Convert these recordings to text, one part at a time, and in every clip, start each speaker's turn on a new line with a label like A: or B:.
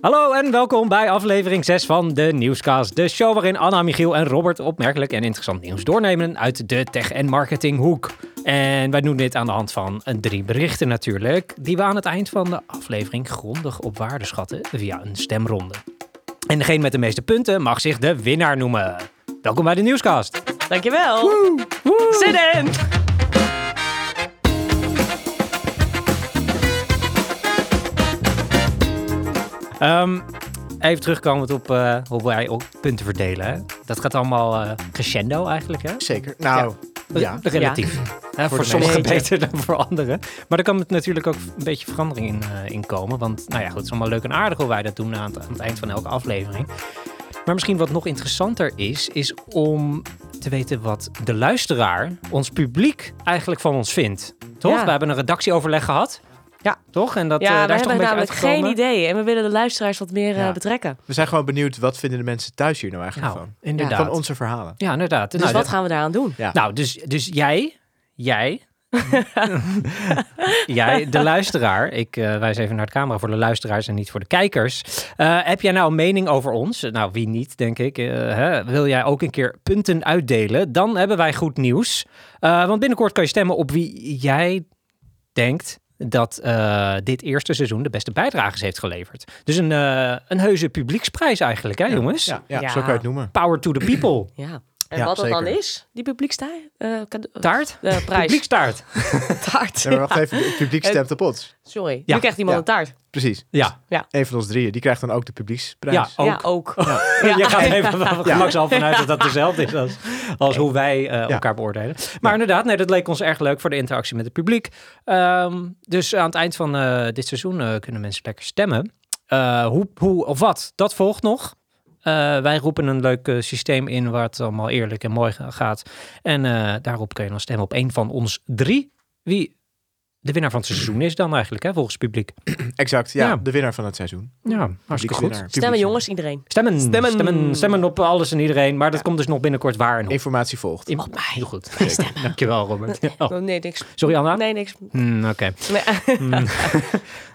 A: Hallo en welkom bij aflevering 6 van de Nieuwscast. De show waarin Anna, Michiel en Robert opmerkelijk en interessant nieuws doornemen uit de tech- en marketinghoek. En wij doen dit aan de hand van eh, drie berichten natuurlijk, die we aan het eind van de aflevering grondig op waarde schatten via een stemronde. En degene met de meeste punten mag zich de winnaar noemen. Welkom bij de Nieuwscast.
B: Dankjewel. Zin in.
A: Ehm, even terugkomend op eh, hoe wij ook punten verdelen. hè. Dat gaat allemaal eh, crescendo eigenlijk, hè?
C: Zeker. Nou, ja.
A: Eh, Relatief. Hè, voor
C: de
A: sommigen
B: meeste.
A: beter dan voor anderen. Maar er kan natuurlijk ook een beetje verandering in, eh, in komen. Want nou ja, goed, het is allemaal leuk en aardig hoe wij dat doen aan het, aan het eind van elke aflevering. Maar misschien wat nog interessanter is, is om te weten wat de luisteraar, ons publiek, eigenlijk van ons vindt. Toch?
B: Ja.
A: We hebben een redactieoverleg gehad. Ja, toch? En dat, eh,
B: Ja,
A: daar
B: we
A: is toch
B: hebben
A: een beetje
B: namelijk geen
A: uitgekomen?
B: idee. En we willen de luisteraars wat meer eh,
A: Ja.
B: betrekken.
C: We zijn gewoon benieuwd wat vinden de mensen thuis hier nou eigenlijk
A: Nou,
C: van.
A: inderdaad.
C: Van onze verhalen.
A: Ja, inderdaad.
B: Dus
A: Nou,
B: wat
A: dat-
B: gaan we daaraan doen?
C: Ja.
A: Nou, dus, dus jij, jij, jij, de luisteraar. Ik eh, wijs even naar de camera voor de luisteraars en niet voor de kijkers. Eh, heb jij nou een mening over ons? Nou, wie niet, denk ik. Eh, hè? Wil jij ook een keer punten uitdelen? Dan hebben wij goed nieuws. Eh, want binnenkort kan je stemmen op wie jij denkt dat eh, dit eerste seizoen de beste bijdrages heeft geleverd. Dus een, eh, een heuse publieksprijs eigenlijk, hè jongens?
C: Ja, ja,
B: Ja.
C: zo kan je het noemen.
A: Power to the people.
B: Ja. En
C: Ja,
B: wat dat dan
C: zeker.
B: is, die publiekstaart. eh kade-
A: Taart?
B: eh, prijs.
A: Publiekstaart.
B: taart.
C: Ja, maar wacht even, het publiek stemt op ons.
B: Sorry.
A: Ja.
B: Nu krijgt iemand
C: Ja.
B: een taart.
C: Precies.
A: Ja.
C: Een van ons drieën, die krijgt dan ook de publieksprijs.
A: Ja,
B: Ja, ook. Ja.
A: Je gaat even van gemak al vanuit dat dat dezelfde is als, als hoe wij eh,
C: Ja.
A: elkaar beoordelen. Maar inderdaad, nee, dat leek ons erg leuk voor de interactie met het publiek. Ehm, dus aan het eind van eh, dit seizoen eh, kunnen mensen lekker stemmen. Eh, hoe, hoe of wat, dat volgt nog. Eh, wij roepen een leuk eh, systeem in waar het allemaal eerlijk en mooi ga- gaat. En eh, daarop kun je dan stemmen op één van ons drie. Wie de winnaar van het seizoen is dan eigenlijk, hè, volgens het publiek.
C: Exact, ja,
A: Ja.
C: De winnaar van het seizoen.
A: Ja, hartstikke goed.
B: Stemmen
C: Publiekswinnaar, publiekswinnaar.
B: jongens, iedereen.
A: Stemmen, stemmen,
B: Stemmen.
A: stemmen, op alles en iedereen. Maar dat komt dus nog binnenkort waar en hoe.
C: Informatie volgt.
A: In- Heel goed. Dankjewel, Robert. Oh,
B: Oh, nee, niks.
A: sorry, Anna.
B: Nee, niks.
A: Hmm, Oké.
B: Nee.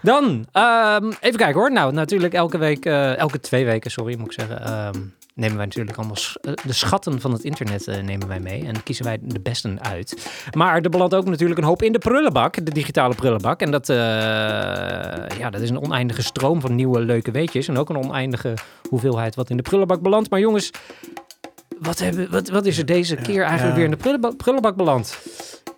A: Dan, ehm, even kijken hoor. Nou, natuurlijk elke week, eh, elke twee weken, sorry, moet ik zeggen, ehm, nemen wij natuurlijk allemaal sch- eh, de schatten van het internet eh, nemen wij mee en kiezen wij de besten uit. Maar er belandt ook natuurlijk een hoop in de prullenbak, de digitale prullenbak. En dat, eh, ja, dat is een oneindige stroom van nieuwe leuke weetjes en ook een oneindige hoeveelheid wat in de prullenbak belandt. Maar jongens, wat, hebben, wat, wat is er deze keer eigenlijk
C: Ja.
A: weer in de prullenbak, prullenbak beland?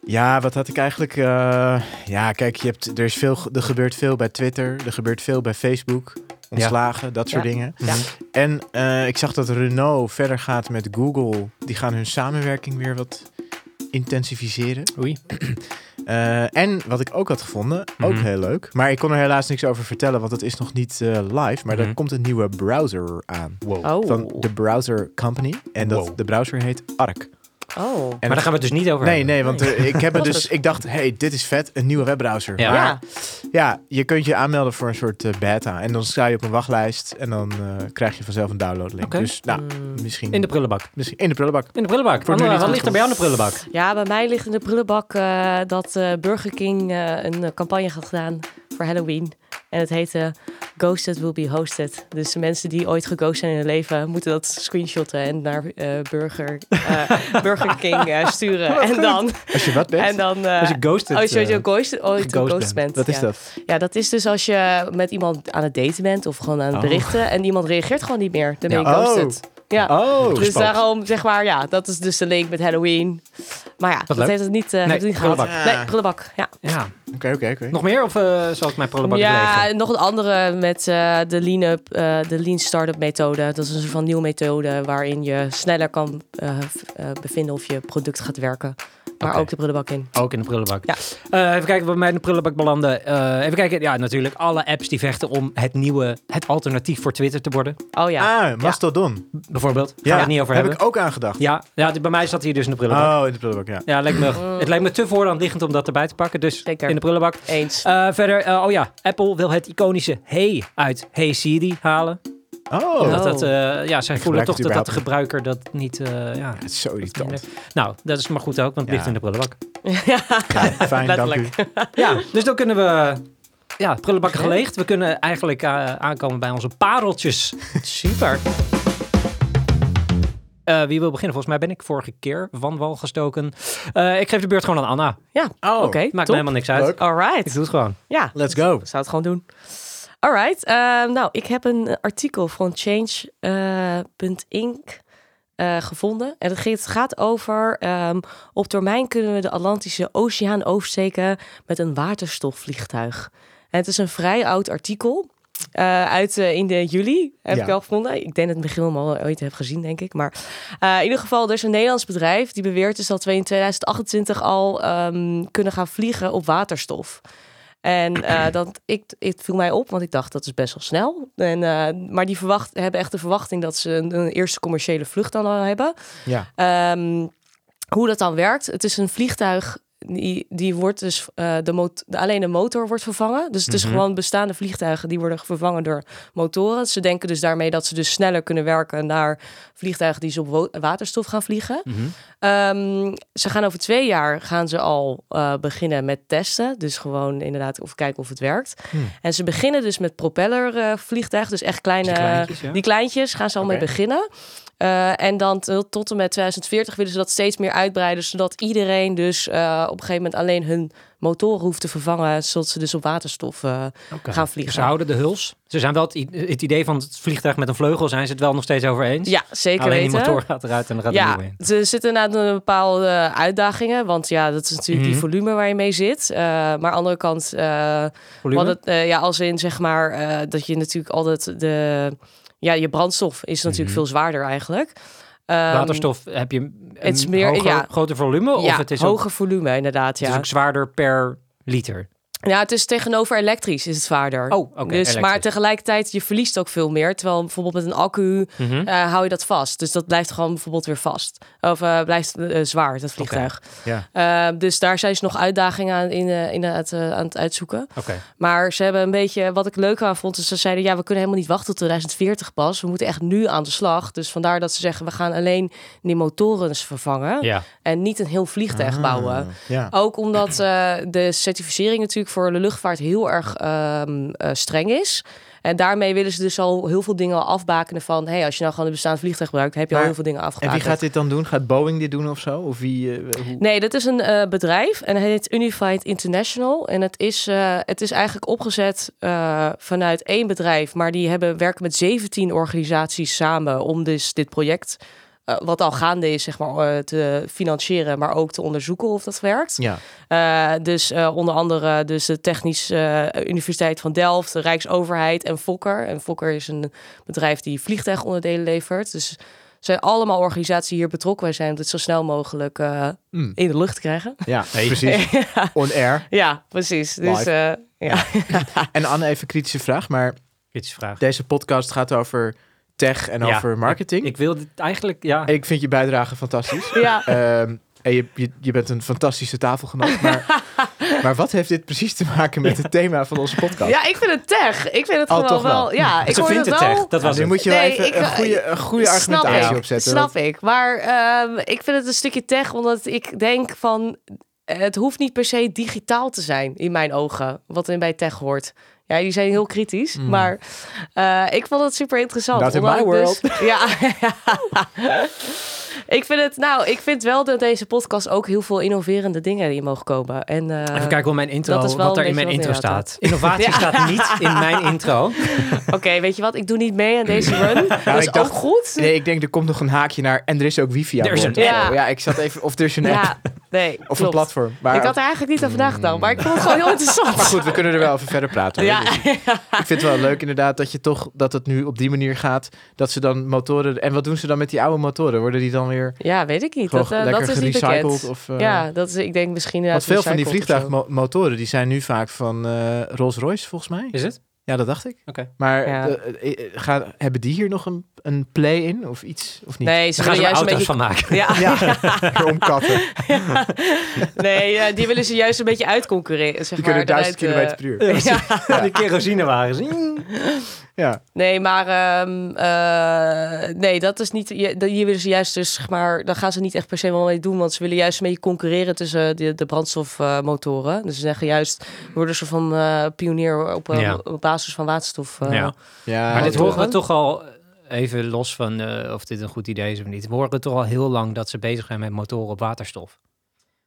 C: Ja, wat had ik eigenlijk... eh, ja, kijk, je hebt, er, is veel, ge- er gebeurt veel bij Twitter. Er gebeurt veel bij Facebook. Ontslagen, dat soort
B: Ja.
C: dingen.
B: Ja.
A: Mhm.
C: En eh, ik zag dat Renault verder gaat met Google. Die gaan hun samenwerking weer wat intensificeren.
A: Oei.
C: Eh, en wat ik ook had gevonden, ook
A: Mhm.
C: heel leuk. Maar ik kon er helaas niks over vertellen, want het is nog niet eh, live. Maar
A: Mhm.
C: er komt een nieuwe browser aan.
A: Wow.
B: Oh.
C: Van de Browser Company. En dat,
A: Wow.
C: de browser heet ARC.
B: Oh.
C: En
A: maar daar gaan we het dus niet over
C: Nee,
A: hebben.
C: nee, want eh, ik, heb er
B: Wat
C: dus,
B: het-
C: ik dacht, hey, dit is vet, een nieuwe webbrowser.
A: Ja.
C: Maar
B: Ja.
C: ja, je kunt je aanmelden voor een soort eh, beta. En dan sta je op een wachtlijst en dan eh, krijg je vanzelf een downloadlink.
A: Oké.
C: Dus nou,
B: Mm. Hmm.
C: misschien
A: In de prullenbak.
C: Misschien in de prullenbak.
A: In de prullenbak.
C: Voor nu
A: Anne, wat
C: niet goed
A: Ah, ligt er bij jou in de prullenbak?
B: Ja, bij mij ligt in de prullenbak eh, dat eh, Burger King eh, een eh, campagne had gedaan voor Halloween. En het heette Ghosted Will Be Hosted. Dus de mensen die ooit geghost zijn in hun leven, moeten dat screenshotten en naar eh, Burger, eh, Burger King eh, sturen. En dan,
C: Als je wat bent,
B: en dan eh,
A: Als je ghosted...
B: als je ooit
A: eh,
B: geghost- ooit
A: geghost
B: geghost bent.
C: wat is
B: ja.
C: dat?
B: Ja, dat is dus als je met iemand aan het daten bent of gewoon aan het
C: Oh.
B: berichten. En iemand reageert gewoon niet meer. Dan ben je
C: Ja. Oh.
B: ghosted. Ja.
C: Oh,
B: Dus daarom, zeg maar, ja, dat is dus de link met Halloween. Maar ja, dat
A: leuk.
B: heeft het niet, eh heeft het niet gehad.
A: prullenbak.
B: Nee, prullenbak, ja.
A: ja.
C: Oké, oké, oké.
A: Nog meer of eh, zal ik mijn prullenbak
B: ja,
A: leeg?
B: nog een andere met eh, de, lean up, eh, de Lean Startup methode. Dat is een soort van nieuwe methode waarin je sneller kan eh, v- eh, bevinden of je product gaat werken. Maar
A: Oké.
B: ook de prullenbak in.
A: Ook in de prullenbak.
B: Ja.
A: Eh, even kijken wat bij mij in de prullenbak belandde. Eh, even kijken. Ja, natuurlijk. Alle apps die vechten om het nieuwe, het alternatief voor Twitter te worden.
B: Oh ja.
C: Ah, Mastodon.
A: Bijvoorbeeld. Gaan
C: Ja,
A: we het niet over
C: heb
A: hebben.
C: ik ook aangedacht.
A: Ja, ja, dit- bij mij zat hier dus in de prullenbak.
C: Oh, in de prullenbak, ja.
A: Ja, lijkt me, het lijkt me te voorhand liggend om dat erbij te pakken. Dus
B: Oh. Zeker.
A: in de prullenbak.
B: Eens.
A: Eh, verder, eh, oh ja, Apple wil het iconische hey uit Hey Siri halen.
C: Oh,
A: Omdat
B: Oh.
A: dat, eh, ja, zij voelen
C: gebruik
A: toch dat,
C: het
A: dat
C: überhaupt
A: de gebruiker dat niet, eh, ja,
C: het is zo irritant.
A: Nou, dat is maar goed ook, want het
C: Ja.
A: ligt in de prullenbak.
C: Ja, fijn, dank u.
B: Letterlijk.
A: Ja, dus dan kunnen we ja, prullenbakken geleegd. We kunnen eigenlijk eh, aankomen bij onze pareltjes. Super. Eh, wie wil beginnen? Volgens mij ben ik vorige keer van wal gestoken. Eh, ik geef de beurt gewoon aan Anna.
B: Ja,
C: Oh,
B: oké.
A: Maakt me
B: top.
A: helemaal niks uit.
C: Leuk.
B: All
A: Ik
B: right.
A: doe het gewoon.
B: Ja,
C: Let's go.
B: ik zou het gewoon doen. All right. ehm, nou, ik heb een artikel van Change.inc eh gevonden. En het gaat- het gaat over... ehm, op termijn kunnen we de Atlantische Oceaan oversteken met een waterstofvliegtuig. En het is een vrij oud artikel. eh, uit eh, in de juli heb
C: Ja.
B: ik wel gevonden. Ik denk dat Michiel hem al ooit heeft gezien, denk ik. Maar eh, in ieder geval, er is een Nederlands bedrijf die beweert dus dat we in 2028 al ehm, kunnen gaan vliegen op waterstof. En eh, dat, ik, het viel mij op, want ik dacht dat is best wel snel. En, eh, maar die verwacht, hebben echt de verwachting dat ze een, een eerste commerciële vlucht dan al hebben.
C: Ja.
B: Ehm, hoe dat dan werkt, het is een vliegtuig. Die, die wordt dus eh, de mot- de- alleen de motor wordt vervangen. Dus het is
A: Mhm.
B: gewoon bestaande vliegtuigen die worden vervangen door motoren. Ze denken dus daarmee dat ze dus sneller kunnen werken naar vliegtuigen die ze op wo- waterstof gaan vliegen.
A: Mhm.
B: Ehm, ze gaan over twee jaar gaan ze al eh, beginnen met testen. Dus gewoon inderdaad of kijken of het werkt.
C: Hmm.
B: En ze beginnen dus met propellervliegtuigen. dus echt kleine,
A: Die kleintjes, ja.
B: die kleintjes gaan ze al
C: Oké.
B: mee beginnen. Eh, en dan t- tot en met 2040 willen ze dat steeds meer uitbreiden. Zodat iedereen dus eh, op een gegeven moment alleen hun motoren hoeft te vervangen. Zodat ze dus op waterstof eh,
A: Oké.
B: gaan vliegen.
A: Ze houden de huls. Ze zijn wel het, i- het idee van het vliegtuig met een vleugel zijn ze het wel nog steeds over eens.
B: Ja, zeker
A: Alleen
B: weten.
A: die motor gaat eruit en dan gaat er
B: Ja,
A: nieuwe in.
B: er zitten inderdaad een bepaalde eh, uitdagingen. Want ja, dat is natuurlijk
A: Mhm.
B: die volume waar je mee zit. Eh, maar aan de andere kant, eh
A: Volume?
B: wat het, eh, ja, als in zeg maar eh, dat je natuurlijk altijd de. Ja, je brandstof is natuurlijk
A: Mhm.
B: veel zwaarder eigenlijk. Ehm,
A: Waterstof heb je een
B: het is meer-
A: hoger-
B: ja.
A: groter volume
B: Ja,
A: of het is, ook,
B: hoger volume inderdaad.
A: het is
B: Ja.
A: ook zwaarder per liter.
B: ja, het is tegenover elektrisch is het zwaarder.
A: Oh, oké.
B: dus, maar
A: elektrisch.
B: tegelijkertijd, je verliest ook veel meer. Terwijl bijvoorbeeld met een accu
A: Mhm.
B: eh, hou je dat vast. Dus dat blijft gewoon bijvoorbeeld weer vast. Of eh, blijft eh, zwaar, dat vliegtuig.
C: Ja.
B: Eh, dus daar zijn ze nog uitdagingen aan, in, eh, in het, eh, aan het uitzoeken.
A: Oké.
B: Maar ze hebben een beetje, wat ik leuk aan vond, is ze zeiden, ja, we kunnen helemaal niet wachten tot 2040 pas. We moeten echt nu aan de slag. Dus vandaar dat ze zeggen, we gaan alleen die motoren vervangen
A: Ja. Ah.
B: en niet een heel vliegtuig bouwen.
C: Ja.
B: Ook omdat eh, de certificering natuurlijk voor de luchtvaart heel erg ehm, eh, streng is. En daarmee willen ze dus al heel veel dingen al afbakenen van... hey, als je nou gewoon een bestaand vliegtuig gebruikt... heb je al
C: Maar-
B: heel veel dingen
C: En
B: afgebakend.
C: wie gaat dit dan doen? Gaat Boeing dit doen of zo? Of wie? eh, hoe-
B: Nee, dat is een eh, bedrijf en het heet Unified International. En het is, eh, het is eigenlijk opgezet eh, vanuit één bedrijf, maar die hebben, werken met 17 organisaties samen om dus dit project, eh, wat al gaande is, zeg maar, eh, te financieren, maar ook te onderzoeken of dat werkt.
C: Ja.
B: Eh, dus eh, onder andere dus de Technische eh, Universiteit van Delft, de Rijksoverheid en Fokker. En Fokker is een bedrijf die vliegtuigonderdelen levert. Dus er zijn allemaal organisaties die hier betrokken bij zijn om dit zo snel mogelijk eh,
C: Mm.
B: in de lucht te krijgen.
C: Ja, precies. On air.
B: ja, precies. Dus
C: Live.
B: eh, ja.
C: En Anne, even kritische vraag, maar
A: Kritische vraag.
C: deze podcast gaat over tech en
A: Ja,
C: over marketing.
A: Ik wil dit eigenlijk, ja.
C: En ik vind je bijdrage fantastisch.
B: ja.
C: Ehm, en je, je, je bent een fantastische tafelgenoot. Maar, maar wat heeft dit precies te maken met het thema van onze podcast?
B: ja, ik vind het tech. Ik vind het
C: Oh,
B: gewoon
C: toch wel.
B: wel. Ja, ik
A: Ze
B: hoor
A: vindt
B: het
A: het
B: wel.
A: echt. Dat
C: Nou,
A: was
C: nu
A: het.
C: moet je
B: Nee,
C: wel even
B: ik-
C: een goede, een goede argumentatie
B: snap ik,
C: opzetten.
B: Snap
C: want-
B: ik. Maar ehm, ik vind het een stukje tech, omdat ik denk van... Het hoeft niet per se digitaal te zijn, in mijn ogen. Wat in bij tech hoort. Ja, die zijn heel kritisch.
C: Mm.
B: Maar eh, ik vond het super interessant.
C: Not in
B: omdat
C: my
B: ik dus- ja. ik vind het... Nou, ik vind wel dat deze podcast ook heel veel innoverende dingen in mogen komen. En, eh,
A: Even kijken hoe mijn intro,
B: dat is wel
A: wat er
B: een
A: in mijn
B: beetje
A: intro
B: wat inderdaad,
A: staat. Innovatie staat niet in mijn intro.
B: Oké, weet je wat? Ik doe niet mee aan deze run. dat is
C: ik dacht-
B: ook goed.
C: Nee, ik denk er komt nog een haakje naar. En er is ook wifi aan
A: Er is
C: boord
A: een
C: of
B: app.
C: zo. Ja, ik zat even. Of er is een app.
B: ja, nee,
C: Of een
B: klopt.
C: platform. Maar,
B: ik had er eigenlijk niet aan vandaag gedaan, maar ik vond het gewoon heel interessant.
C: maar goed, we kunnen er wel even verder praten. hoor.
B: Ja,
C: Dus ik vind het wel leuk inderdaad dat je toch dat het nu op die manier gaat. Dat ze dan motoren. En wat doen ze dan met die oude motoren? Worden die dan weer
B: ja, weet ik niet.
C: gewoon
B: Dat, eh,
C: lekker
B: dat is niet
C: gerecycled?
B: bekend.
C: Of, eh,
B: ja, dat is, ik denk misschien.
C: Want
B: inderdaad
C: veel van die
B: recycled of zo.
C: vliegtuigmotoren die zijn nu vaak van eh, Rolls-Royce volgens mij.
A: Is het?
C: Ja, dat dacht ik.
A: Oké.
C: Maar
B: Ja.
C: eh, eh, eh, gaan, hebben die hier nog een, een play in of iets? Of niet?
B: Nee, ze
A: Daar gaan
B: willen
A: ze maar
B: juist een
A: auto's
B: beetje...
A: van maken.
B: Ja.
C: Ja, om katten.
B: Nee, eh, die willen ze juist een beetje uitconcurreren. Zeg
C: Die kunnen
B: maar,
C: duizend
B: eruit,
C: kilometer per uur.
B: eh, ja.
A: Die kerosinewagens. Mm.
C: Ja.
B: Nee, maar ehm, eh, nee, dat is niet. je- dat- Hier willen ze juist dus, zeg maar, daar gaan ze niet echt per se wel mee doen, want ze willen juist een beetje concurreren tussen eh, de, de brandstofmotoren. dus ze zeggen juist, we worden ze van eh, pionier op, eh,
A: Ja.
B: op basis van waterstof. eh.
A: Ja.
C: ja
A: Maar dit
B: hoor-
A: horen we toch al, even los van eh, of dit een goed idee is of niet, we horen toch al heel lang dat ze bezig zijn met motoren op waterstof.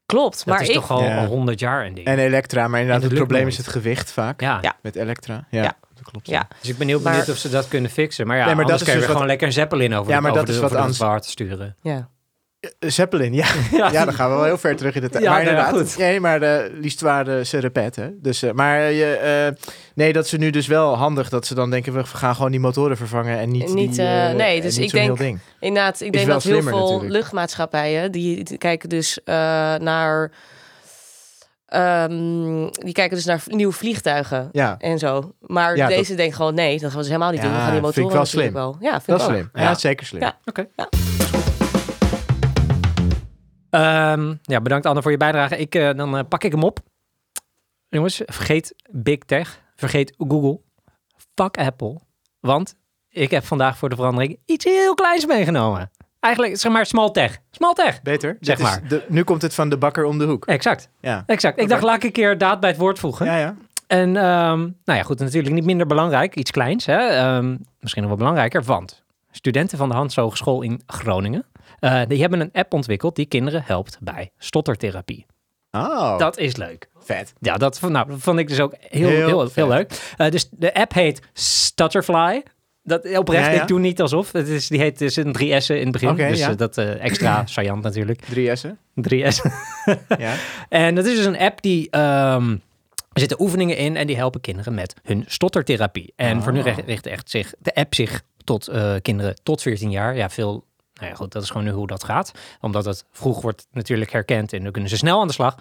B: Klopt,
A: Dat
B: maar
A: is
B: ik.
A: toch al
C: Ja.
A: al 100 jaar een ding.
C: En Elektra, maar inderdaad,
A: En
C: het
A: dat lukt
C: probleem
A: nooit.
C: is het gewicht vaak
A: ja.
B: Ja.
C: met Elektra. Ja,
B: Ja.
C: dat klopt.
B: Ja.
A: dus ik ben heel
B: Maar-
A: benieuwd of ze dat kunnen fixen. Maar ja,
C: Nee, maar dat
A: anders
C: is
A: kun je
C: dus
A: weer
C: wat-
A: gewoon lekker een zeppelin over,
C: Ja,
A: de-
C: maar
A: over
C: dat
A: de,
C: is wat
A: over het
C: anders.
A: water sturen.
B: Ja.
C: Eh, Zeppelin, ja.
A: Ja,
C: Ja, dan gaan we wel heel ver terug in de tijd.
A: Ja,
C: maar
A: nou ja,
C: inderdaad,
A: goed.
C: nee, maar de, liefst waren ze repet, hè. Dus, eh, maar je, eh, nee, dat ze nu dus wel handig dat ze dan denken, we gaan gewoon die motoren vervangen en niet,
B: Niet,
C: die, eh,
B: eh, nee,
C: en
B: dus
C: niet
B: ik
C: zo'n heel
B: denk-
C: ding.
B: Inderdaad, ik denk
C: wel
B: dat heel
C: slimmer
B: veel
C: natuurlijk.
B: luchtmaatschappijen die, die kijken dus eh, naar ehm, die kijken dus naar nieuwe vliegtuigen
C: Ja,
B: en zo. Maar
C: Ja,
B: deze denken gewoon nee, dat gaan we dus helemaal niet doen. We
C: Ja,
B: gaan die
C: vind ik
B: motoren
C: wel
B: natuurlijk
C: slim.
B: wel. Ja, vind ik
C: dat is
B: ook.
C: slim. Ja,
A: Ja.
C: zeker slim.
B: Ja.
A: Oké.
B: Ja.
A: Ehm, ja, bedankt Anne voor je bijdrage. Ik, eh, dan eh, pak ik hem op. Jongens, vergeet Big Tech. Vergeet Google. Fuck Apple. Want ik heb vandaag voor de verandering iets heel kleins meegenomen. Eigenlijk, zeg maar, small tech. Small tech.
C: Beter.
A: Zeg
C: Dit is
A: maar.
C: de- nu komt het van de bakker om de hoek.
A: Exact,
C: Ja,
A: exact. Ik dacht, laat ik een keer daad bij het woord voegen.
C: ja, ja.
A: En ehm, nou ja, goed, natuurlijk niet minder belangrijk, iets kleins. Hè? Ehm, misschien nog wel belangrijker, want studenten van de Hans Hogeschool in Groningen... eh, die hebben een app ontwikkeld die kinderen helpt bij stottertherapie.
C: Oh,
A: Dat is leuk.
C: vet.
A: Ja, dat v- nou, dat vond ik dus ook heel,
C: Heel
A: heel, heel,
C: vet.
A: leuk. Eh, dus de app heet Stutterfly. Dat, oprecht,
C: Ja, ja.
A: ik doe niet alsof. Het is, die heet dus een 3S'en in het begin.
C: Oké,
A: dus
C: ja.
A: eh, dat eh, extra saillant natuurlijk.
C: Drie S'en.
A: 3S.
C: Ja.
A: En dat is dus een app die. ehm, er zitten oefeningen in en die helpen kinderen met hun stottertherapie. En voor nu richt richt echt zich, de app zich tot eh, kinderen tot 14 jaar. Ja, veel. Nou ja, goed, dat is gewoon nu hoe dat gaat. Omdat het vroeg wordt natuurlijk herkend en dan kunnen ze snel aan de slag.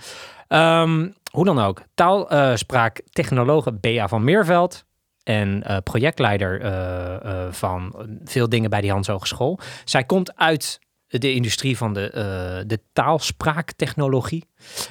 A: Ehm, hoe dan ook. Taalspraaktechnologe eh, Bea van Meerveld en eh, projectleider eh, eh, van veel dingen bij die Hans Hogeschool. Zij komt uit de industrie van de, eh, de taalspraaktechnologie.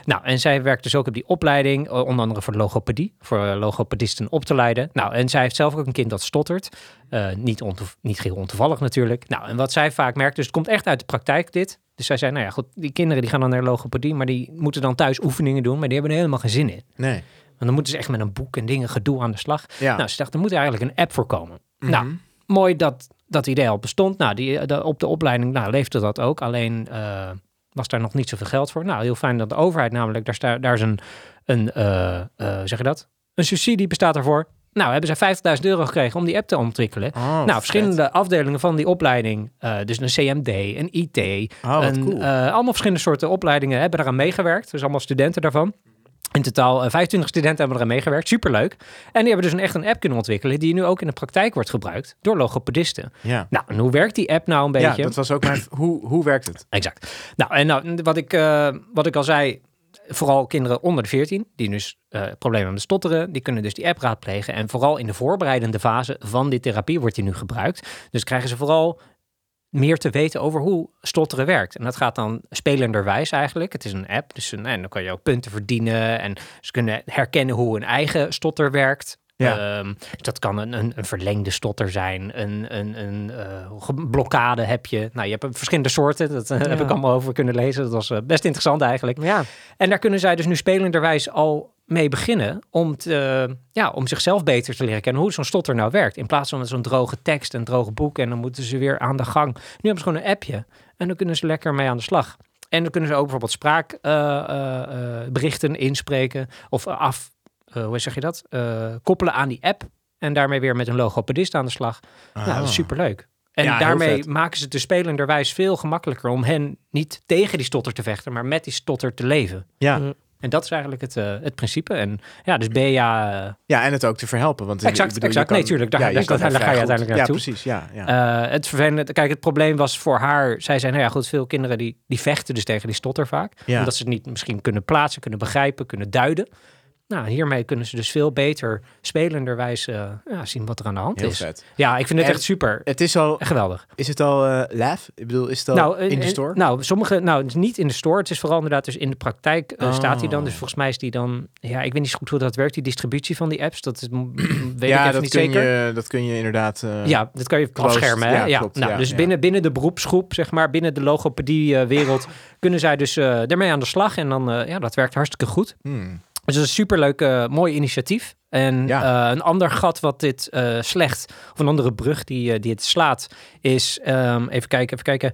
A: Nou, en zij werkt dus ook op die opleiding, eh, onder andere voor de logopedie, voor eh, logopedisten op te leiden. Nou, en zij heeft zelf ook een kind dat stottert. Eh, niet, ontoe- niet geheel ontoevallig natuurlijk. Nou, en wat zij vaak merkt, dus het komt echt uit de praktijk dit. Dus zij zei, nou ja, goed, die kinderen die gaan dan naar logopedie, maar die moeten dan thuis oefeningen doen, maar die hebben er helemaal geen zin in.
C: Nee.
A: Want dan moeten ze echt met een boek en dingen gedoe aan de slag.
C: Ja.
A: Nou, ze dacht, er moet eigenlijk een app voor komen.
C: Mhm.
A: Nou, mooi dat dat idee al bestond. Nou, die, de- op de opleiding nou, leefde dat ook. Alleen eh, was daar nog niet zoveel geld voor. Nou, heel fijn dat de overheid namelijk, daar, sta, daar is een, een eh, eh, zeg je dat? Een subsidie bestaat daarvoor. Nou, hebben zij 50.000 euro gekregen om die app te ontwikkelen.
C: Oh,
A: nou,
C: vet.
A: verschillende afdelingen van die opleiding, eh, dus een CMD, een IT,
C: Oh, wat
A: en,
C: cool.
A: eh, allemaal verschillende soorten opleidingen hebben daaraan meegewerkt. Dus allemaal studenten daarvan. In totaal eh, 25 studenten hebben eraan meegewerkt. Superleuk. En die hebben dus een, echt een app kunnen ontwikkelen... die nu ook in de praktijk wordt gebruikt door logopedisten.
C: ja.
A: Nou, en hoe werkt die app nou een beetje?
C: ja, dat was ook mijn... Hoe, hoe werkt het?
A: Exact. Nou, en nou, wat, ik, eh, wat ik al zei, vooral kinderen onder de 14, die dus eh, problemen hebben met stotteren, die kunnen dus die app raadplegen. En vooral in de voorbereidende fase van die therapie wordt die nu gebruikt. Dus krijgen ze vooral meer te weten over hoe stotteren werkt. En dat gaat dan spelenderwijs eigenlijk. Het is een app, dus een, en dan kan je ook punten verdienen. En ze kunnen herkennen hoe hun eigen stotter werkt.
C: Ja.
A: Ehm, dus dat kan een, een, een verlengde stotter zijn, een, een, een eh, ge- blokkade heb je. Nou, je hebt verschillende soorten, dat eh, heb
B: Ja.
A: ik allemaal over kunnen lezen. Dat was eh, best interessant eigenlijk.
B: Ja.
A: En daar kunnen zij dus nu spelenderwijs al mee beginnen om, te, eh, ja, om zichzelf beter te leren kennen hoe zo'n stotter nou werkt. In plaats van met zo'n droge tekst en droge boek en dan moeten ze weer aan de gang. Nu hebben ze gewoon een appje en dan kunnen ze lekker mee aan de slag. En dan kunnen ze ook bijvoorbeeld eh, spraakberichten inspreken of af, eh, hoe zeg je dat, Eh, koppelen aan die app. En daarmee weer met een logopedist aan de slag. Nou, dat is superleuk. En
C: Ja, heel vet.
A: daarmee maken ze het de spelenderwijs veel gemakkelijker om hen niet tegen die stotter te vechten, maar met die stotter te leven.
C: Ja.
B: Mm.
A: En dat is eigenlijk het, eh, het principe. En ja, dus Bea. eh,
C: Ja, en het ook te verhelpen. Want ik
A: Exact,
C: bedoel, je
A: exact.
C: kan-
A: Nee, tuurlijk, daar-
C: je
A: daar-
C: kan
A: daar
C: er
A: ga je
C: vrij goed-
A: uiteindelijk
C: Ja, precies. Ja, ja.
A: eh, het vervelende, kijk, het probleem was voor haar. Zij zei, nou ja, goed, veel kinderen die, die vechten dus tegen die stotter vaak.
C: Ja.
A: Omdat ze het niet misschien kunnen plaatsen, kunnen begrijpen, kunnen duiden. Nou, hiermee kunnen ze dus veel beter spelenderwijs eh, ja, zien wat er aan de hand
C: Heel
A: is.
C: vet.
A: Ja, ik vind het
C: En-
A: echt super.
C: Het is al,
A: Echt geweldig.
C: is het al eh live? Ik bedoel, is het al
A: eh,
C: in de
A: eh,
C: store?
A: Nou, sommige, nou, het is niet in de store. Het is vooral inderdaad dus in de praktijk eh, staat hij dan.
C: Oh.
A: Dus volgens mij is die dan, ja, ik weet niet zo goed hoe dat werkt, die distributie van die apps. Dat is, m- weet
C: ja,
A: ik even
C: dat
A: niet
C: kun
A: zeker.
C: Je, dat kun je inderdaad. eh,
A: ja, dat kan je
C: closed.
A: afschermen. hè?
C: Ja,
A: Ja,
C: klopt,
A: nou,
C: ja,
A: dus
C: ja.
A: Binnen, binnen de beroepsgroep, zeg maar, binnen de logopedie-wereld, kunnen zij dus eh, daarmee aan de slag. En dan, eh, ja, dat werkt hartstikke goed.
C: hmm.
A: Dus dat is een superleuk, eh, mooi initiatief. En
C: Ja.
A: eh, een ander gat wat dit eh, slecht, of een andere brug die, eh, die het slaat, is, ehm, even kijken, even kijken.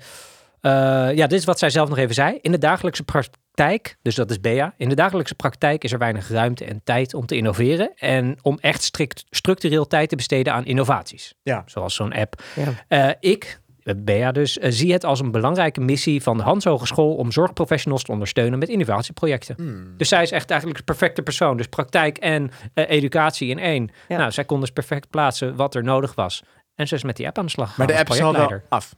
A: Eh, ja, dit is wat zij zelf nog even zei. In de dagelijkse praktijk, dus dat is Bea, in de dagelijkse praktijk is er weinig ruimte en tijd om te innoveren en om echt strikt structureel tijd te besteden aan innovaties.
C: Ja.
A: Zoals zo'n app
B: Ja.
A: eh, ik, eh, Bea dus, eh, zie het als een belangrijke missie van de Hans Hogeschool om zorgprofessionals te ondersteunen met innovatieprojecten.
C: Hmm.
A: Dus zij is echt eigenlijk de perfecte persoon. Dus praktijk en eh, educatie in één.
B: Ja.
A: Nou, zij kon dus perfect plaatsen wat er nodig was. En ze is met die app aan de slag gegaan.
C: Maar de app
A: als
C: is al wel
A: projectleider.
C: af.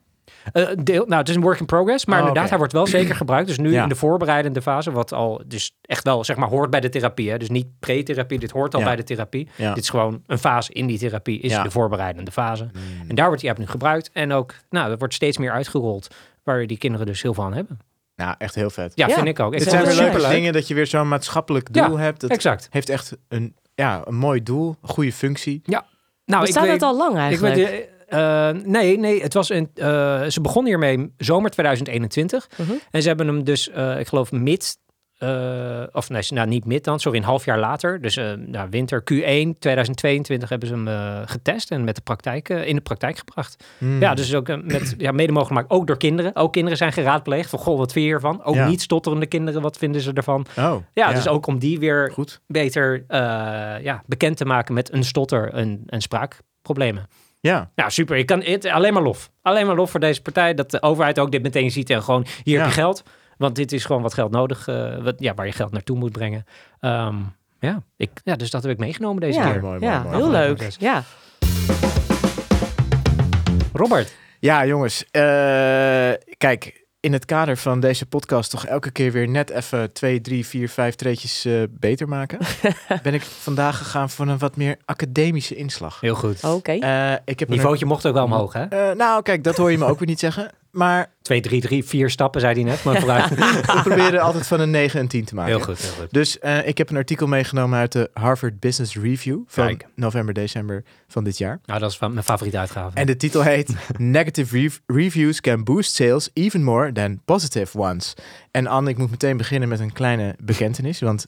A: Eh, deel, nou, het is een work in progress, maar
C: Oh,
A: inderdaad,
C: oké.
A: hij wordt wel zeker gebruikt. Dus nu
C: Ja.
A: in de voorbereidende fase, wat al dus echt wel, zeg maar, hoort bij de therapie. Hè? Dus niet pre-therapie, dit hoort al
C: Ja.
A: bij de therapie.
C: Ja.
A: Dit is gewoon een fase in die therapie, is
C: Ja. Hmm.
A: de voorbereidende fase. En daar wordt die app nu gebruikt. En ook, nou, dat wordt steeds meer uitgerold. Waar die kinderen dus heel veel aan hebben.
C: Nou, echt heel vet.
A: Ja,
B: Ja.
A: vind ik ook. Ik
C: Dit
A: vond
C: zijn
A: het
C: weer leuke
A: superleuk.
C: dingen dat je weer zo'n maatschappelijk doel
A: Ja,
C: hebt. Dat
A: Exact.
C: heeft echt een, ja, een mooi doel, een goede functie.
A: Nou,
B: Bestaat
A: weet-
B: dat al lang
A: ik
B: eigenlijk?
A: weet, eh, eh, nee, nee, het was een, eh, ze begonnen hiermee zomer 2021.
B: Mhm.
A: En ze hebben hem dus, eh, ik geloof, mid. eh, of nee, nou niet mid dan, sorry, een half jaar later. Dus eh, nou, winter Q1 2022 hebben ze hem eh, getest en met de praktijk, eh, in de praktijk gebracht.
C: Hmm.
A: Ja, dus ook eh, met, ja, mede mogelijk gemaakt, ook door kinderen. Ook kinderen zijn geraadpleegd van, goh, wat vind je hiervan? Ook
C: Ja.
A: niet stotterende kinderen, wat vinden ze ervan?
C: oh,
A: Ja, dus ook om die weer
C: goed.
A: beter eh, ja, bekend te maken met een stotter en, en spraakproblemen.
C: Ja,
A: Nou, super. Ik kan het, alleen maar lof. Alleen maar lof voor deze partij. Dat de overheid ook dit meteen ziet en gewoon hier heb
C: Ja.
A: je geld. Want dit is gewoon wat geld nodig, eh, wat, ja, waar je geld naartoe moet brengen. Ehm, ja, ik, ja, dus dat heb ik meegenomen deze
B: ja,
A: keer.
C: mooi, mooi,
B: ja
C: mooi.
B: heel
A: Mooi, mooi,
B: leuk.
A: mooi.
B: Ja.
A: Robert,
C: ja jongens. eh, kijk, in het kader van deze podcast toch elke keer weer net even twee, drie, vier, vijf treetjes eh, beter maken. ben ik vandaag gegaan voor een wat meer academische inslag.
A: heel goed.
B: Oké.
C: Eh, ik heb er-
A: Niveautje mocht ook wel omhoog, hè?
C: Eh, nou, kijk, dat hoor je me ook weer niet zeggen. Maar
A: 2, 3, 3, 4 stappen, zei hij net. Maar vooruit.
C: we proberen altijd van een 9 en 10 te maken.
A: heel goed, heel goed.
C: Dus eh, ik heb een artikel meegenomen uit de Harvard Business Review van
A: Kijk.
C: november, december van dit jaar.
A: Nou, dat is van mijn favoriete uitgave.
C: En de titel heet Negative Rev- Reviews Can Boost Sales Even More Than Positive Ones. En Anne, ik moet meteen beginnen met een kleine bekentenis. Want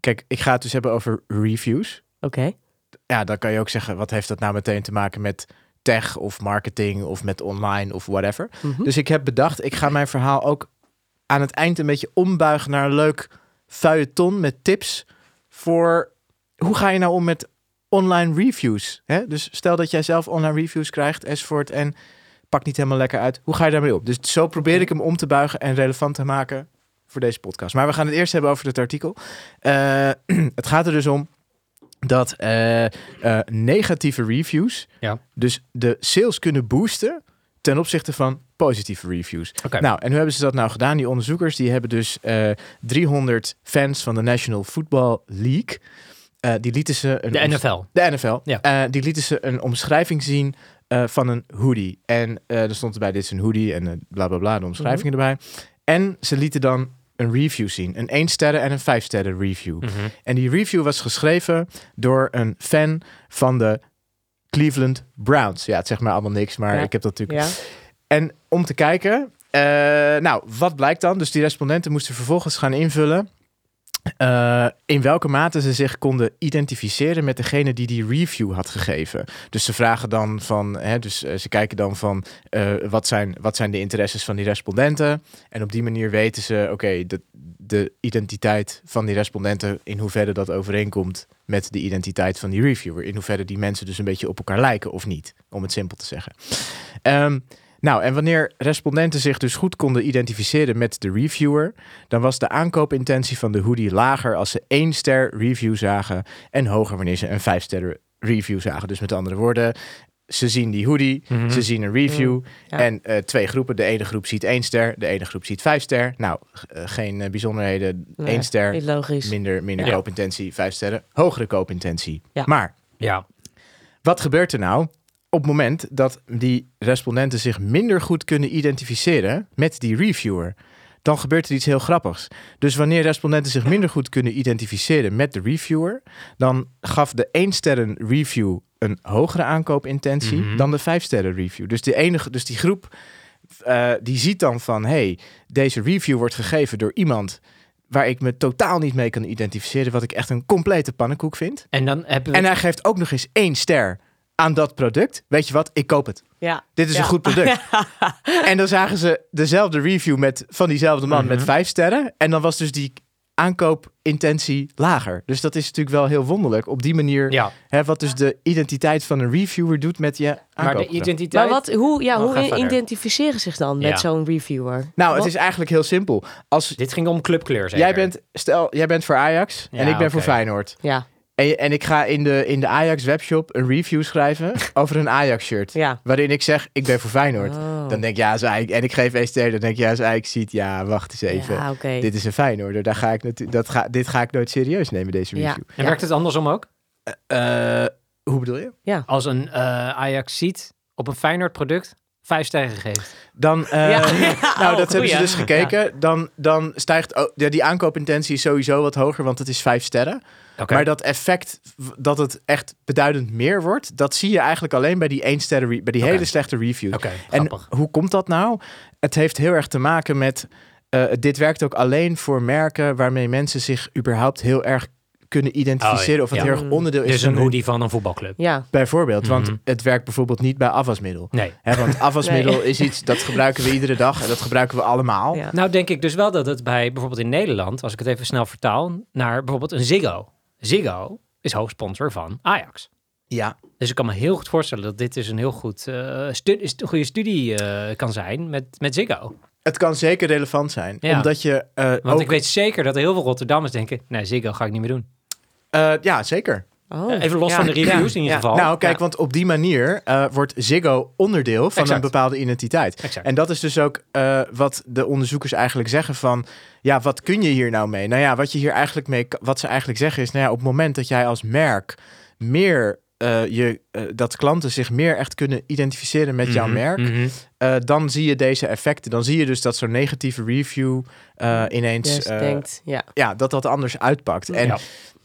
C: kijk, ik ga het dus hebben over reviews.
B: Oké.
C: Ja, dan kan je ook zeggen, wat heeft dat nou meteen te maken met tech of marketing of met online of whatever.
B: Mhm.
C: Dus ik heb bedacht, ik ga mijn verhaal ook aan het eind een beetje ombuigen naar een leuk feuilleton met tips voor hoe ga je nou om met online reviews. Hè? Dus stel dat jij zelf online reviews krijgt, enzovoort, en pakt niet helemaal lekker uit. Hoe ga je daarmee op? Dus zo probeer ik hem om te buigen en relevant te maken voor deze podcast. Maar we gaan het eerst hebben over het artikel. Eh, het gaat er dus om dat eh, eh, negatieve reviews,
A: Ja.
C: dus de sales kunnen boosten ten opzichte van positieve reviews.
A: Oké.
C: Nou, en hoe hebben ze dat nou gedaan? Die onderzoekers die hebben dus eh, 300 fans van de National Football League. Eh, die lieten ze een
A: de
C: omsch-
A: NFL.
C: de NFL.
A: Ja.
C: Eh, die lieten ze een omschrijving zien eh, van een hoodie. En eh er stond erbij, dit is een hoodie en eh, bla bla bla, de omschrijvingen
A: Mhm.
C: erbij. En ze lieten dan een review zien. Een 1 sterren en een 5 sterren review.
A: Mhm.
C: En die review was geschreven door een fan van de Cleveland Browns. Ja, het zegt maar allemaal niks, maar
B: Ja.
C: ik heb dat natuurlijk
B: Ja.
C: en om te kijken, eh, nou, wat blijkt dan? Dus die respondenten moesten vervolgens gaan invullen. eh, in welke mate ze zich konden identificeren met degene die die review had gegeven. Dus ze vragen dan van, hè, dus eh, ze kijken dan van eh, wat, zijn, wat zijn de interesses van die respondenten. En op die manier weten ze, oké, de, de identiteit van die respondenten, in hoeverre dat overeenkomt met de identiteit van die reviewer. In hoeverre die mensen dus een beetje op elkaar lijken of niet, om het simpel te zeggen. Ehm, nou, en wanneer respondenten zich dus goed konden identificeren met de reviewer, dan was de aankoopintentie van de hoodie lager als ze één ster review zagen en hoger wanneer ze een vijf sterren review zagen. Dus met andere woorden, ze zien die hoodie,
A: Mhm.
C: ze zien een review.
B: Ja.
C: En eh, twee groepen. De ene groep ziet één ster, de ene groep ziet vijf ster. Nou, g- eh, geen eh, bijzonderheden.
B: Nee,
C: Eén
A: eh,
C: ster,
B: Niet logisch.
C: minder, minder
A: Ja.
C: koopintentie. Vijf sterren, hogere koopintentie.
B: Ja.
C: Maar
A: Ja.
C: wat gebeurt er nou op het moment dat die respondenten zich minder goed kunnen identificeren met die reviewer? Dan gebeurt er iets heel grappigs. Dus wanneer respondenten zich minder goed kunnen identificeren met de reviewer, dan gaf de 1 sterren review een hogere aankoopintentie
A: Mhm.
C: dan de 5 sterren review. Dus, de enige, dus die groep eh, die ziet dan van hey, deze review wordt gegeven door iemand waar ik me totaal niet mee kan identificeren, wat ik echt een complete pannenkoek vind.
A: En dan hebben we...
C: En hij geeft ook nog eens één ster aan dat product. Weet je wat? Ik koop het.
B: Ja.
C: Dit is
B: Ja.
C: een goed product. en dan zagen ze dezelfde review met, van diezelfde man
A: Mhm.
C: met vijf sterren. En dan was dus die aankoopintentie lager. Dus dat is natuurlijk wel heel wonderlijk. Op die manier,
A: ja,
C: hè, wat dus de identiteit van een reviewer doet met je
A: maar de
C: aankoop.
A: identiteit...
B: Maar wat, hoe, ja,
A: Oh,
B: hoe
A: ga verder.
B: identificeren zich dan met
A: Ja.
B: zo'n reviewer?
C: Nou, het
B: Wat-
C: is eigenlijk heel simpel. Als
A: Dit ging om clubkleur, zeker?
C: jij bent, stel, jij bent voor Ajax en
A: Ja,
C: ik ben voor
A: oké.
C: Feyenoord.
B: Ja,
C: En, en ik ga in de, in de Ajax webshop een review schrijven over een Ajax shirt.
B: ja.
C: Waarin ik zeg, ik ben voor Feyenoord.
B: Oh.
C: Dan denk ik, ja, is eigenlijk, en ik geef één ster, dan denk ik, ja, is eigenlijk ziet, ja, wacht eens even.
B: Ja, oké.
C: Dit is een Feyenoorder, daar ga ik natu- dat ga, dit ga ik nooit serieus nemen, deze
B: Ja.
C: review.
A: En
B: Ja.
A: werkt het andersom ook?
C: Eh, hoe bedoel je?
A: Als een eh Ajax ziet op een Feyenoord product vijf sterren geeft.
C: Dan, eh,
B: Ja.
C: nou,
B: Oh,
C: dat hebben
B: goeie.
C: ze dus gekeken. Dan, dan stijgt, ook- ja, die aankoopintentie is sowieso wat hoger, want het is vijf sterren.
A: Oké.
C: Maar dat effect, w- dat het echt beduidend meer wordt, dat zie je eigenlijk alleen bij die één sterren, re- bij die
A: Oké.
C: hele slechte review.
A: Oké,
C: En
A: grappig.
C: hoe komt dat nou? Het heeft heel erg te maken met. eh, dit werkt ook alleen voor merken waarmee mensen zich überhaupt heel erg kunnen identificeren.
A: ja.
C: Of het
A: Ja.
C: heel
B: Mm.
C: erg onderdeel is.
A: Dus
C: van
A: een
C: hun-
A: hoodie van een voetbalclub.
B: Ja,
C: Bijvoorbeeld, want
A: Mhm.
C: het werkt bijvoorbeeld niet bij afwasmiddel.
A: Nee.
C: Hè, want afwasmiddel
B: Nee.
C: is iets dat gebruiken we iedere dag en dat gebruiken we allemaal.
B: ja.
A: Nou denk ik dus wel dat het bij bijvoorbeeld in Nederland, als ik het even snel vertaal, naar bijvoorbeeld een Ziggo. Ziggo is hoofdsponsor van Ajax.
C: Ja.
A: Dus ik kan me heel goed voorstellen dat dit dus een heel goed, eh, stu- is- goede studie eh, kan zijn met, met Ziggo.
C: Het kan zeker relevant zijn,
A: Ja.
C: omdat je eh,
A: Want
C: ook-
A: ik weet zeker dat er heel veel Rotterdammers denken, nee, Ziggo ga ik niet meer doen.
C: eh, ja, zeker.
B: Oh.
A: Even los
B: Ja.
A: van de reviews
B: Ja.
A: in ieder
B: Ja.
A: geval.
C: Nou, kijk,
A: Ja.
C: want op die manier eh, wordt Ziggo onderdeel van
A: Exact.
C: een bepaalde identiteit.
A: Exact.
C: En dat is dus ook eh, wat de onderzoekers eigenlijk zeggen van... ja, wat kun je hier nou mee? Nou ja, wat, je hier eigenlijk mee, wat ze eigenlijk zeggen is... nou ja, op het moment dat jij als merk meer... eh, je, eh, dat klanten zich meer echt kunnen identificeren met jouw
A: Mhm,
C: merk...
A: mhm.
C: eh, dan zie je deze effecten. Dan zie je dus dat zo'n negatieve review eh, ineens...
B: Dus
C: eh,
B: denkt, ja.
C: ja, dat dat anders uitpakt. En
A: Ja.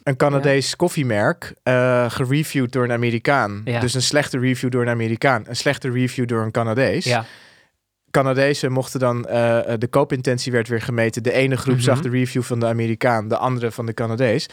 C: een Canadees koffiemerk, eh, gereviewd door een Amerikaan.
A: Ja.
C: Dus een slechte review door een Amerikaan. Een slechte review door een Canadees.
A: Ja.
C: Canadezen mochten dan, eh, de koopintentie werd weer gemeten. De ene groep
A: Mhm.
C: zag de review van de Amerikaan, de andere van de Canadees.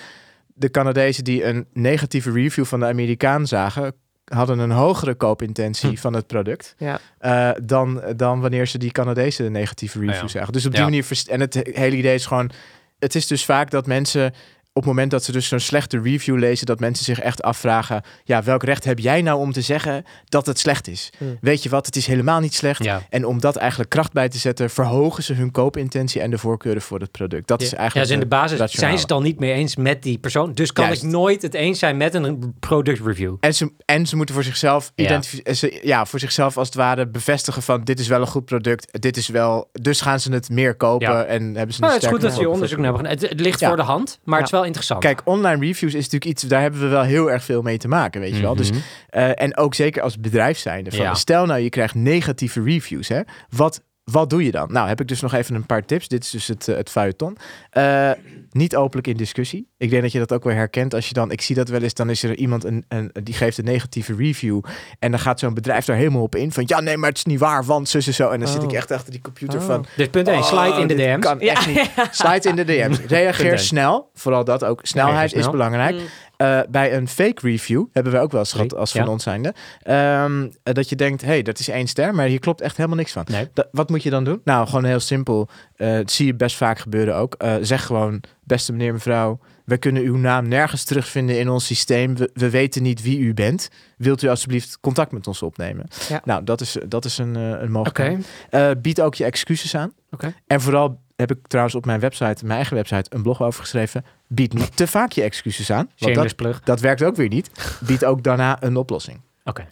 C: De Canadezen die een negatieve review van de Amerikaan zagen, hadden een hogere koopintentie
A: Hm.
C: van het product.
B: Ja.
C: eh, dan, dan wanneer ze die Canadese negatieve review
A: Ah, ja.
C: zagen. Dus op die
A: Ja.
C: manier. verst- En het he- hele idee is gewoon. Het is dus vaak dat mensen. Op het moment dat ze dus zo'n slechte review lezen, dat mensen zich echt afvragen: ja, welk recht heb jij nou om te zeggen dat het slecht is?
B: Hm.
C: Weet je wat? Het is helemaal niet slecht.
A: Ja.
C: En om dat eigenlijk kracht bij te zetten, verhogen ze hun koopintentie en de voorkeuren voor het product. Dat is
A: Ja,
C: eigenlijk.
A: dus in de basis
C: rationale.
A: zijn ze het dan niet meer eens met die persoon. Dus kan
C: Juist.
A: ik nooit het eens zijn met een product review. Nou,
C: En ze, en ze moeten voor zichzelf
A: Ja.
C: identificeren. Ja, voor zichzelf als het ware bevestigen van dit is wel een goed product. Dit is wel. Dus gaan ze het meer kopen
A: Ja.
C: en hebben ze een
A: Maar Nou, het is
C: sterker
A: goed dat ze hier
C: kopen-
A: onderzoek naar hebben gedaan. Het, het ligt
C: Ja.
A: voor de hand, maar het is wel interessant.
C: Kijk, online reviews is natuurlijk iets, daar hebben we wel heel erg veel mee te maken, weet je wel. Dus,
A: Mhm.
C: eh, en ook zeker als bedrijf zijnde. Van,
A: Ja.
C: Stel nou, je krijgt negatieve reviews, hè. Wat, wat doe je dan? Nou, heb ik dus nog even een paar tips. Dit is dus het, eh, het feuilleton. Eh, niet openlijk in discussie. Ik denk dat je dat ook wel herkent. Als je dan, ik zie dat wel eens, dan is er iemand een, een, die geeft een negatieve review. En dan gaat zo'n bedrijf daar helemaal op in. Van ja, nee, maar het is niet waar, want zus en zo. En dan zit
B: Oh.
C: ik echt achter die computer
B: Oh.
C: van.
A: Dus punt 1,
C: Oh,
A: slide in de
C: dit
A: DM's.
C: Kan echt niet. Slide in de DM's. Reageer
A: Punt één.
C: snel. Vooral dat ook. Snelheid
A: Reageer
C: is
A: snel. Mm.
C: belangrijk.
B: Mm.
C: Eh, bij een fake review hebben we ook wel eens gehad
A: Sorry,
C: als van
A: ja.
C: ons zijnde. ehm, eh, dat je denkt, hé, hey, dat is één ster, maar hier klopt echt helemaal niks van.
A: Nee.
C: Da- wat moet je dan doen? Nou, gewoon heel simpel. Eh, dat zie je best vaak gebeuren ook. Eh, zeg gewoon, beste meneer, mevrouw, we kunnen uw naam nergens terugvinden in ons systeem. We, we weten niet wie u bent. Wilt u alsjeblieft contact met ons opnemen?
B: Ja.
C: Nou, dat is, dat is een, eh, een
A: Oké,
C: mogelijkheid. Eh, bied ook je excuses aan.
A: Oké.
C: En vooral heb ik trouwens op mijn website, mijn eigen website, een blog over geschreven. Bied niet te vaak je excuses aan. Want dat,
A: shameless plug.
C: dat werkt ook weer niet. Bied ook daarna een oplossing.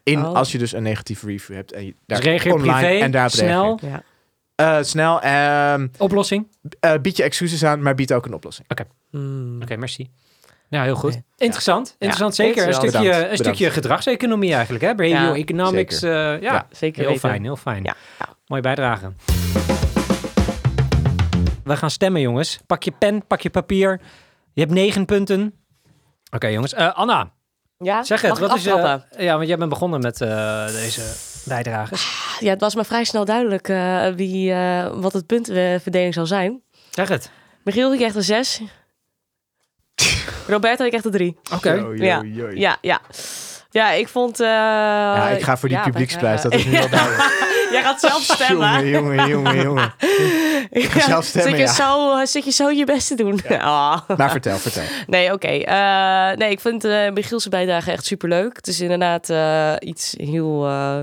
C: In
B: Oh.
C: als je dus een negatieve review hebt. En je, daar,
A: dus reageer
C: online
A: privé,
C: en daarop
A: snel,
C: reageert.
B: Ja.
C: Eh, snel. ehm,
A: oplossing. Oké,
C: eh, bied je excuses aan, maar bied ook een oplossing.
B: Hmm.
C: Mm.
A: merci. Nou, heel goed.
B: Oké.
A: Interessant. Interessant,
B: Ja,
A: zeker. Een
B: dankjewel.
A: stukje,
C: Bedankt.
A: een stukje
C: Bedankt.
A: gedragseconomie eigenlijk, hè? Behavioral
B: Ja,
A: economics. eh, ja,
C: Ja,
B: Zeker
A: heel
B: weten.
A: fijn, heel fijn.
B: Ja. Ja.
A: Mooie bijdrage. We gaan stemmen, jongens. Pak je pen, pak je papier. Je hebt negen punten. Oké, jongens. Eh, Anna,
B: Ja?
A: Zeg het,
B: Mag ik
A: wat is
B: aftrappen?
A: je... Ja, want jij bent begonnen met eh, deze bijdrages.
B: Ah, Ja, het was maar vrij snel duidelijk eh, wie, eh, wat het puntverdeling zal zijn.
A: Zeg het.
B: Michiel, die krijgt een 6. Roberto, die krijgt een 3.
A: Oké.
C: Zo, joh,
B: Ja.
C: joh.
B: Ja, ja. Ja, ik vond... eh,
C: Ja, ik ga voor die
B: ja,
C: publieksprijs,
B: wij-
C: dat is nu wel duidelijk.
B: Jij gaat zelf stemmen.
C: Jongen, jongen, jongen, jongen. ga
B: Ja,
C: zelf stemmen,
B: zit je,
C: ja.
B: zo, eh, zit je zo je best te doen? Ah.
C: Maar vertel, vertel.
B: Nee, oké. Eh, nee, ik vind eh Michiel's bijdrage echt superleuk. Het is inderdaad eh, iets heel... eh,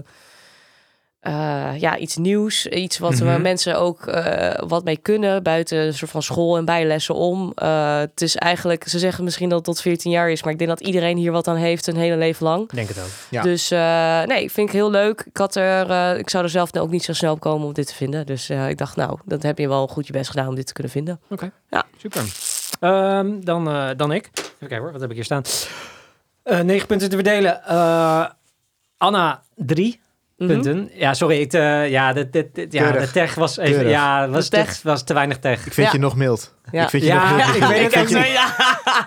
B: eh, ja, iets nieuws. Iets wat we
A: Mhm.
B: mensen ook eh, wat mee kunnen... buiten een soort van school en bijlessen om. Eh, het is eigenlijk... Ze zeggen misschien dat het tot 14 jaar is... maar ik denk dat iedereen hier wat aan heeft een hele leven lang.
A: Ik denk het ook.
C: Ja.
B: Dus eh, nee, vind ik heel leuk. Ik, had er, eh, ik zou er zelf ook niet zo snel op komen om dit te vinden. Dus eh, ik dacht, nou, dan heb je wel goed je best gedaan om dit te kunnen vinden.
A: Super. Ehm, dan, eh, dan ik. Even kijken hoor, wat heb ik hier staan? Eh, negen punten te verdelen. Eh, Anna, drie
B: Mhm.
A: punten. Ja, sorry. Ik, eh, ja, dit, dit, dit- ja,
C: Keurig.
A: de tech was even...
C: Keurig.
A: Ja, was,
B: De tech.
A: dit was te weinig tech.
C: Ik vind
B: Ja.
C: je nog mild.
B: Ja.
C: Ik vind je nog
A: Ja,
C: heel
A: ik
C: goed.
A: weet
C: Ik
A: het.
C: vind je-
A: niet.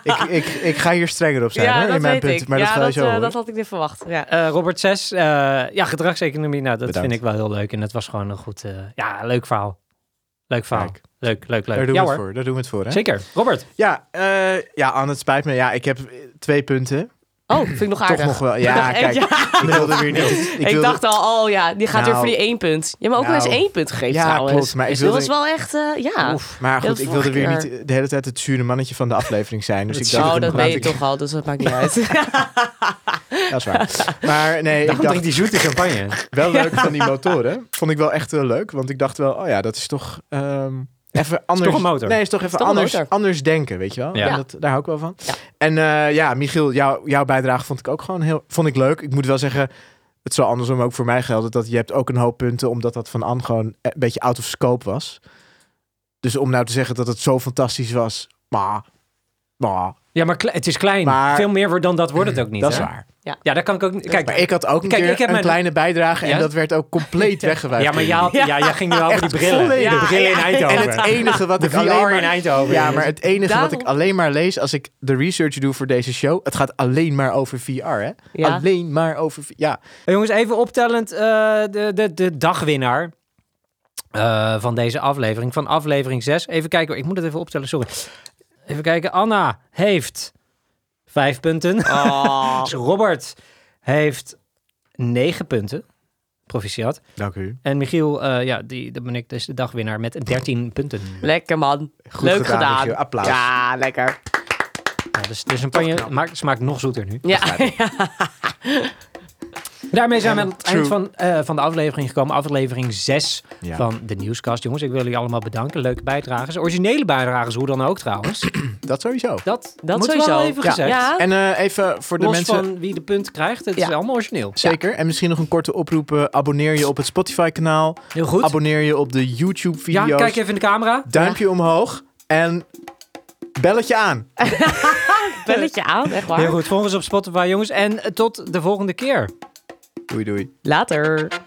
B: Ja,
C: Ik, ik, ik ga hier strenger op zijn
B: Ja,
C: hoor,
B: dat
C: in mijn
B: weet
C: punten.
B: ik.
C: Maar
B: ja,
C: dat ga je zo
B: eh,
C: horen.
B: dat had ik niet verwacht. Ja.
A: Eh, Robert 6, ja, gedragseconomie. Nou, dat
C: Bedankt.
A: vind ik wel heel leuk. En dat was gewoon een goed... eh, ja, leuk verhaal. Leuk verhaal.
C: Kijk.
A: Leuk, leuk,
C: Daar
A: leuk.
C: doen
A: Ja
C: we het
A: hoor.
C: voor. Daar doen we het voor. Hè?
A: Zeker. Robert.
C: Ja, eh, ja, Anne, het spijt me. Ja, ik heb eh, twee punten.
B: Oh, vind ik nog aardig.
C: Toch nog wel. Ja,
B: dacht echt,
C: kijk. Ik wilde weer niet. Ik,
B: Ik,
C: wilde-
B: dacht al, oh ja, die gaat weer
C: Nou,
B: voor die één punt. Je hebt me ook wel eens
C: nou,
B: één punt gegeven
C: Ja,
B: trouwens.
C: klopt, maar ik
B: Dus
C: wilde-
B: Dat was wel echt, eh, ja.
A: Oef.
C: Maar
B: Ja,
C: goed,
B: dat
C: ik wilde weer
B: vorige
C: niet eh, de hele tijd het zure mannetje van de aflevering zijn. Dus
A: Het
C: ik
A: zure
C: dacht,
B: oh,
C: ik
B: dat
C: praat
B: weet je
C: ik-
B: toch al, dus dat maakt niet uit.
C: Dat is waar. Maar nee, ik dacht
A: die zoete campagne.
C: wel leuk van die motoren. Vond ik wel echt heel leuk, want ik dacht wel, oh ja, dat is toch ehm, even anders.
A: toch een motor?
C: Nee, is toch even
B: toch een
C: anders,
B: motor?
C: anders denken, weet je wel?
A: Ja.
C: En dat, daar hou ik wel van.
B: Ja.
C: En eh, ja, Michiel, jou, jouw bijdrage vond ik ook gewoon heel, vond ik leuk. Ik moet wel zeggen, het zou andersom ook voor mij gelden dat je hebt ook een hoop punten, omdat dat van Anne gewoon een beetje out of scope was. Dus om nou te zeggen dat het zo fantastisch was, maar, maar
A: Ja, maar kle- het is klein.
C: Maar-
A: Veel meer wordt dan dat wordt het ook niet.
C: dat is
A: hè?
C: waar.
A: Ja, daar kan ik ook niet. Kijk,
C: Maar ik had ook een
A: Kijk,
C: keer
A: ik heb
C: een
A: mijn-
C: kleine bijdrage
A: Ja?
C: en dat werd ook compleet weggewijfd.
A: ja, maar jij, had- ja. jij ging nu over die brillen.
C: volledig.
A: Ja, de brillen in Eindhoven.
C: En het enige wat
A: de
C: ik
A: VR
C: alleen maar...
A: in Eindhoven.
C: Ja, maar het enige wat ik
B: Daarom-
C: alleen maar lees als ik de research doe voor deze show, het gaat alleen maar over VR, hè?
B: Ja.
C: Alleen maar over... VR. Ja,
A: Hey, jongens, even optellend eh, de, de, de dagwinnaar. eh, van deze aflevering, van aflevering 6. Even kijken, hoor, ik moet het even optellen, sorry. Even kijken, Anna heeft vijf punten. Dus
B: Oh.
A: Robert heeft negen punten. Proficiat.
C: dank u.
A: En Michiel, eh, ja, die, dat ben ik, dus de dagwinnaar met 13 punten.
B: Lekker man.
C: Goed
B: Leuk
C: gedaan,
B: gedaan.
C: Michiel. Applaus.
B: Ja, lekker.
A: Ja, dus de champagne maakt, smaakt nog zoeter nu.
B: Ja.
A: Daarmee zijn we aan het
C: True.
A: eind van, eh, van de aflevering gekomen. Aflevering 6
C: Ja.
A: van de Nieuwscast. Jongens, ik wil jullie allemaal bedanken. Leuke bijdragers. Originele bijdragers, hoe dan ook trouwens.
C: Dat sowieso.
A: Dat, moeten
B: Dat
A: we
B: sowieso.
A: wel even
C: Ja.
A: gezegd.
B: Ja.
C: En eh, even voor de
A: Los
C: mensen...
A: van wie de punt krijgt, het
B: Ja.
A: is allemaal origineel.
C: Zeker. En misschien nog een korte oproep. eh, abonneer je op het Spotify-kanaal.
A: Heel goed.
C: Abonneer je op de
A: ja,
C: YouTube-video's.
A: kijk even in de camera.
C: Duimpje omhoog. En belletje aan.
A: Eh.
B: Belletje aan, echt
A: Heel
B: waar.
A: goed. Volg ons op Spotify, jongens. En eh, tot de volgende keer.
C: Doei, doei.
B: Later.